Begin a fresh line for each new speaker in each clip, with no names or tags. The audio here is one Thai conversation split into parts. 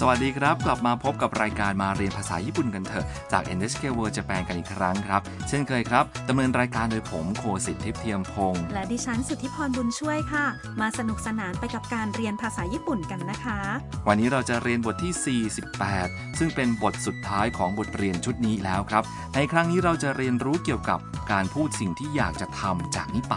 สวัสดีครับ กลับมาพบกับรายการมาเรียนภาษาญี่ปุ่นกันเถอะ จาก NHK World Japan กันอีกครั้งครับ เช่นเคยครับดำเนินรายการโดยผมโคสิทธิ์ทิพย์เทียมพงศ์
และดิฉันสุทธิพรบุญช่วยค่ะ มาสนุกสนานไปกับการเรียนภาษาญี่ปุ่นกันนะคะ
วันนี้เราจะเรียนบทที่ 48 ซึ่งเป็นบทสุดท้ายของบทเรียนชุดนี้แล้วครับ ในครั้งนี้เราจะเรียนรู้เกี่ยวกับการพูดสิ่งที่อยากจะทำจากนี้ไป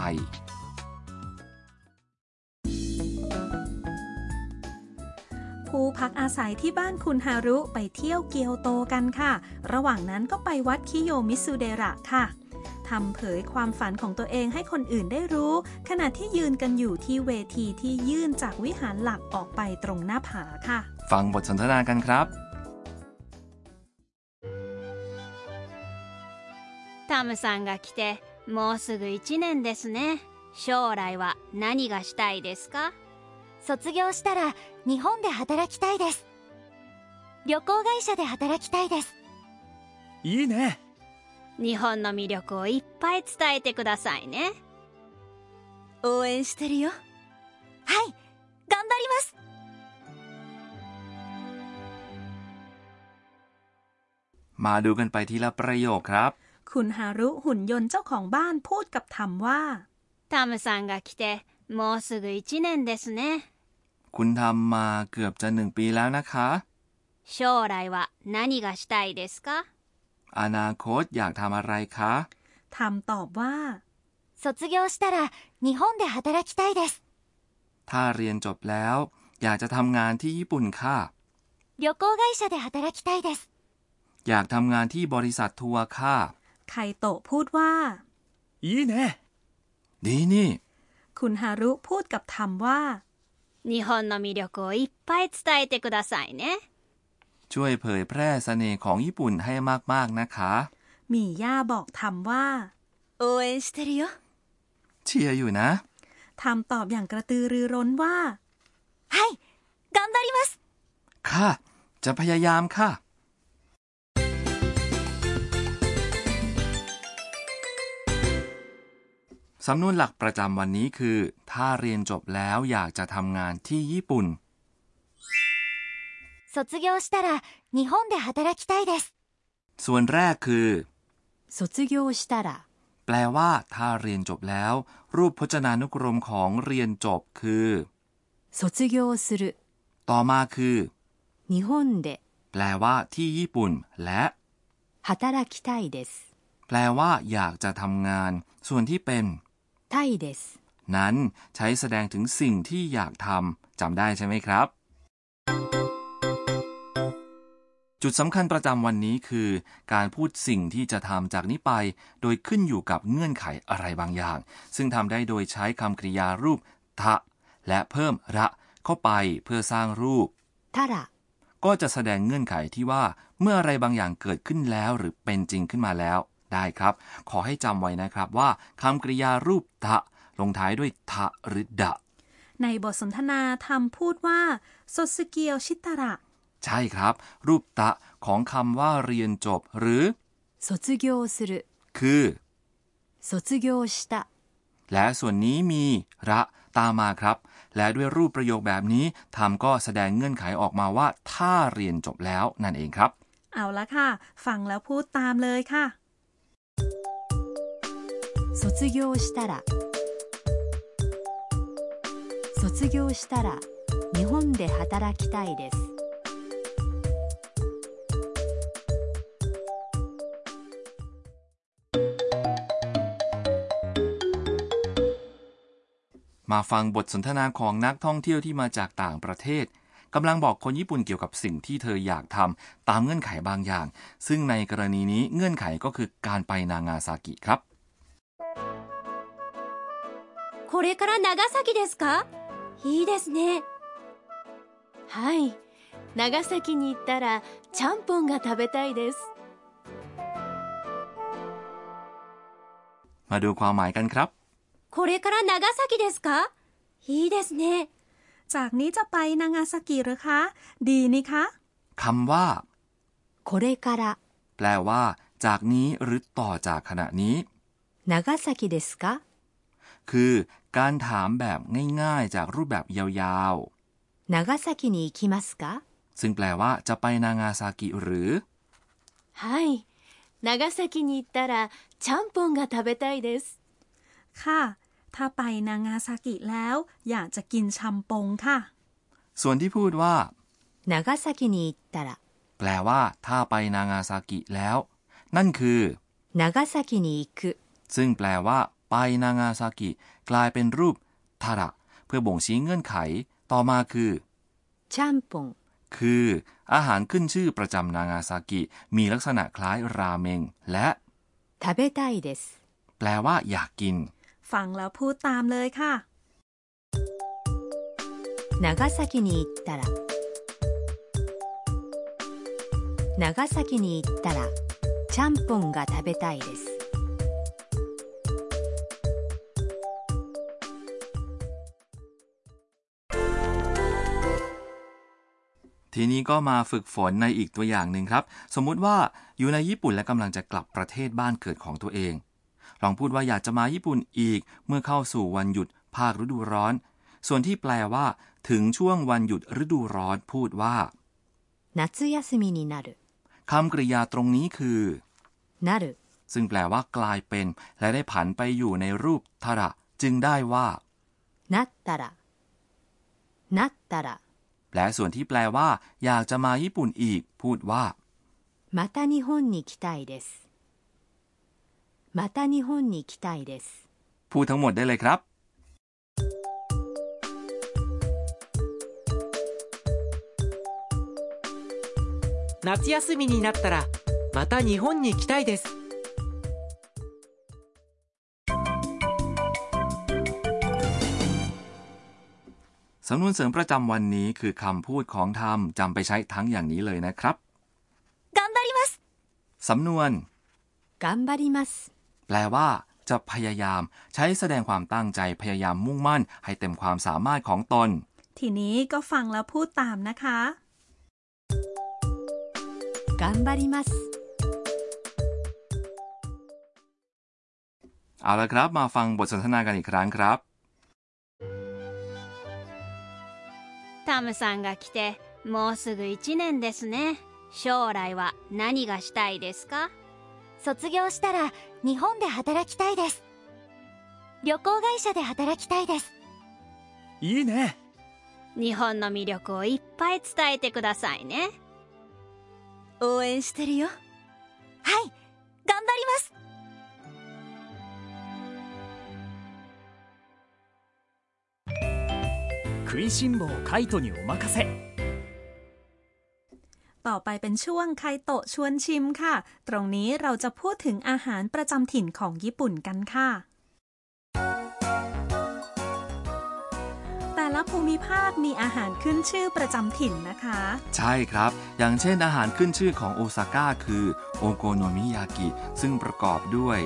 ผู้พักอาศัยที่บ้านคุณฮารุไปเที่ยวเกียวโตกันค่ะ ระหว่างนั้นก็ไปวัดคิโยมิสุเดระค่ะทำเผยความฝันของตัวเองให้คนอื่นได้รู้ ขณะที่ยืนกันอยู่ที่เวทีที่ยื่นจากวิหารหลักออกไปตรงหน้าผาค่ะ
ฟังบทสนทนากันครับ
タムさんが来てもうすぐ1年ですね将来は何がしたいですか
卒業したら日本で働きたいです旅行会社で働きたいです
いいね
日本の魅力をいっぱい伝えてくださいね
応援してるよはい頑張ります
มาดูกันไปทีละประโยคครับ
คุณฮารุหุ่นยนต์เจ้าของบ้านพูดกับทำว่า
タムさんが来てもうすぐ1年ですね
คุณทำมาเกือบจะหนึ่งปีแล้วนะคะ
将来は何がしたいですか
อนาคตอยากทำอะไรคะ
ทำตอบว่า
卒業したら日本で働きたいです
ถ้าเรียนจบแล้ว อยากจะทำงานที่ญี่ปุ่นค่ะ
旅行会社で働きたいです
อยากทำงานที่บริษัททัวร์ค่ะ
ไคโตะพูดว่า
いいね
ดีนี่
คุณฮารุพูดกับทำว่า
日本の魅力をいっぱい伝えてくださいね
ช่วยเผยแพร่เสน่ห์ของญี่ปุ่นให้มาก ๆ นะคะ
มีย่าบอกทำว่า
応援してるよ
เชียร์อยู่นะ
ทำตอบอย่างกระตือรือร้นว่า
はい頑張ります
ค่ะ จะพยายามค่ะ สำนวนหลักประจำวันนี้คือ ถ้าเรียนจบแล้วอยากจะทำงานที่ญี่ปุ่น
卒業したら日本で働きたいです
ส่วนแรกคือ
卒業したら
แปลว่าถ้าเรียนจบแล้ว รูปพจนานุกรมของเรียนจบคือ
卒業する
ต่อมาคือ
日本で
แปลว่าที่ญี่ปุ่น และ
働きたいです
แปลว่า อยากจะทำงาน ส่วนที่เป็น
たいです
นั้นใช้แสดงถึงสิ่งที่อยากทำจำได้ใช่ไหมครับ จุดสำคัญประจำวันนี้คือ การพูดสิ่งที่จะทำจากนี้ไป โดยขึ้นอยู่กับเงื่อนไขอะไรบางอย่าง ซึ่งทำได้โดยใช้คำกริยารูปทะ และเพิ่มระเข้าไปเพื่อสร้างรูป
たら
ก็จะแสดงเงื่อนไขที่ว่า เมื่ออะไรบางอย่างเกิดขึ้นแล้วหรือเป็นจริงขึ้นมาแล้ว ได้ครับ ขอให้จำไว้นะครับว่าคำกริยารูปทะ ลงท้ายด้วยทะหรือดะ
ในบทสนทนาทำพูดว่าโซสเกียวชิตระ
ใช่ครับ รูปตะของคำว่าเรียนจบ หรือ
卒業する
คือ
卒業した
และส่วนนี้มี ระตามมาครับ และด้วยรูปประโยคแบบนี้ทำก็แสดงเงื่อนไขออกมาว่า ถ้าเรียนจบแล้วนั่นเองครับ
เอาละค่ะ ฟังแล้วพูดตามเลยค่ะ
卒業したら卒業したら日本で働きたいです
มาฟังบทสนทนาของนักท่องเที่ยวที่มาจากต่างประเทศกำลังบอกคนญี่ปุ่นเกี่ยวกับสิ่งที่เธออยากทำตามเงื่อนไขบางอย่าง ซึ่งในกรณีนี้เงื่อนไขก็คือการไปนางาซากิครับ
これから長崎ですか
いいですねはい長崎に行ったらちゃんぽんが食べたいです
มาดูความหมายกันครับ
これから長崎ですか
いいですね
จากนี้จะไปนางาซากิหรือคะ ดีนี่คะ
คำว่า
これから
แปลว่า จากนี้หรือต่อจากขณะนี้
長崎ですか
คือการถามแบบง่ายๆ จากรูปแบบยาว
長崎に行きますか
ๆ ซึ่งแปลว่าจะไปนางาซากิหรือ
はい長崎に行ったらちゃんぽんが食べたいです
ค่ะ ถ้าไปนางาซากิแล้ว อยากจะกินชัมปงค่ะ
ส่วนที่พูดว่า
長崎に行ったら
แปลว่า ถ้าไปนางาซากิแล้ว นั่นคือ
長崎に行く
ซึ่งแปลว่า ไปนางาซากิ กลายเป็นรูปทาระเพื่อบ่งชี้เงื่อนไข ต่อมาคือ
ちゃんぽん
คือ อาหารขึ้นชื่อประจำนางาซากิ มีลักษณะคล้ายราเมง และ
食べたいです
แปลว่า อยากกิน
ฟังแล้วพูดตามเลยค่ะ
長崎に行ったら長崎に行ったらちゃんぽんが食べたいです
ทีนี้ก็มาฝึกฝนในอีกตัวอย่างหนึ่งครับ สมมุติว่าอยู่ในญี่ปุ่นและกำลังจะกลับประเทศบ้านเกิดของตัวเอง ลองพูดว่าอยากจะมาญี่ปุ่นอีก เมื่อเข้าสู่วันหยุดภาคฤดูร้อน ส่วนที่แปลว่า ถึงช่วงวันหยุดฤดูร้อนพูดว่า
夏休みになる
คำกริยาตรงนี้คือ
なる
ซึ่งแปลว่ากลายเป็น และได้ผันไปอยู่ในรูปทระ จึงได้ว่า
なったらなったら
และส่วนที่แปลว่า อยากจะมาญี่ปุ่นอีก พูดว่า
また日本に来たいですまた日本に来たいです
พูดทั้งหมดได้เลยครับ
夏休みになったらまた日本に来たいです
สำนวนเสริมประจำวันนี้คือคำพูดของธรรมจำไปใช้ทั้งอย่างนี้เลยนะครับ
頑張ります
สำนวน
頑張ります
แปลว่า จะพยายาม ใช้แสดงความตั้งใจพยายามมุ่งมั่น ให้เต็มความสามารถของตน
ทีนี้ก็ฟังแล้วพูดตามนะคะ
頑張ります
เอาละครับ มาฟังบทสนทนากันอีกครั้งครับ
タムさんが来てもうすぐ1年ですね将来は何がしたいですか
卒業したら日本で働きたいです旅行会社で働きたいです
いいね
日本の魅力をいっぱい伝えてくださいね
応援してるよはい頑張ります
食いしん坊カイトにお任せ
ต่อไปเป็นช่วงไคโตะชวนชิมค่ะ ตรงนี้เราจะพูดถึงอาหารประจำถิ่นของญี่ปุ่นกันค่ะ แต่ละภูมิภาคมีอาหารขึ้นชื่อประจำถิ่นนะคะ
ใช่ครับ อย่างเช่นอาหารขึ้นชื่อของโอซาก้าคือโอโกโนมิยากิ ซึ่งประกอบด้วย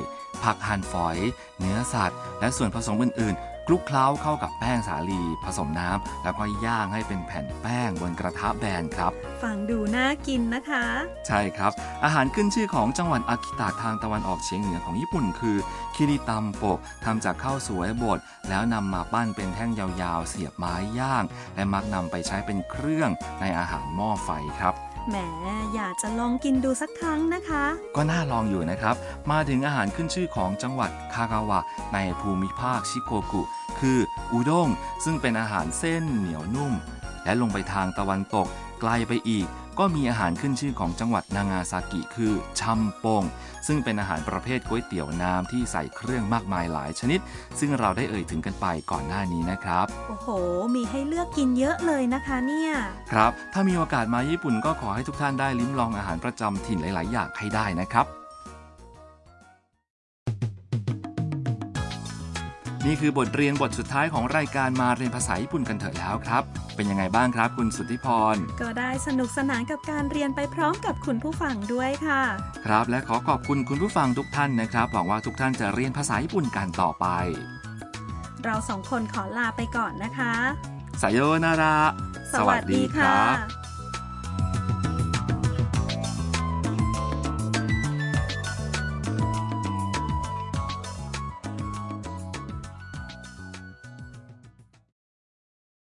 ผักหั่นฝอย เนื้อสัตว์ และส่วนผสมอื่นๆคลุกเคล้าเข้ากับแป้งสาลี ผสมน้ำ แล้วก็ย่างให้เป็นแผ่นแป้งบนกระทะแบนครับ
ฟังดูน่ากินนะคะ
ใช่ครับ อาหารขึ้นชื่อของจังหวัดอากิตะทางตะวันออกเฉียงเหนือของญี่ปุ่นคือคิริตัมโปะทำจากข้าวสวยบดแล้วนำมาปั้นเป็นแท่งยาวๆ เสียบไม้ย่าง และมักนำไปใช้เป็นเครื่องในอาหารหม้อไฟครับ
แหมอยากจะลองกินดูสักครั้งนะคะ
ก็น่าลองอยู่นะครับ มาถึงอาหารขึ้นชื่อของจังหวัดคากาวะ ในภูมิภาคชิโกกุ คืออุด้งซึ่งเป็นอาหารเส้นเหนียวนุ่ม และลงไปทางตะวันตก ไกลไปอีก ก็มีอาหารขึ้นชื่อของจังหวัดนางาซากิคือชัมปง ซึ่งเป็นอาหารประเภทก๋วยเตี๋ยวน้ำที่ใส่เครื่องมากมายหลายชนิด ซึ่งเราได้เอ่ยถึงกันไปก่อนหน้านี้นะครับ
โอ้โห มีให้เลือกกินเยอะเลยนะคะเนี่ย
ครับ ถ้ามีโอกาสมาญี่ปุ่นก็ขอให้ทุกท่านได้ลิ้มลองอาหารประจำถิ่นหลาย ๆ อย่างให้ได้นะครับ นี่คือบทเรียนบทสุดท้ายของรายการมาเรียนภาษาญี่ปุ่นกันเถอะแล้วครับ เป็นยังไงบ้างครับคุณสุทธิพร
ก็ได้สนุกสนานกับการเรียนไปพร้อมกับคุณผู้ฟังด้วยค่ะ
ครับและขอขอบคุณคุณผู้ฟังทุกท่านนะครับหวังว่าทุกท่านจะเรียนภาษาญี่ปุ่นกันต่อไป
เราสองคนขอลาไปก่อนนะคะ
สายโยนาระ
สวัสดีค่ะ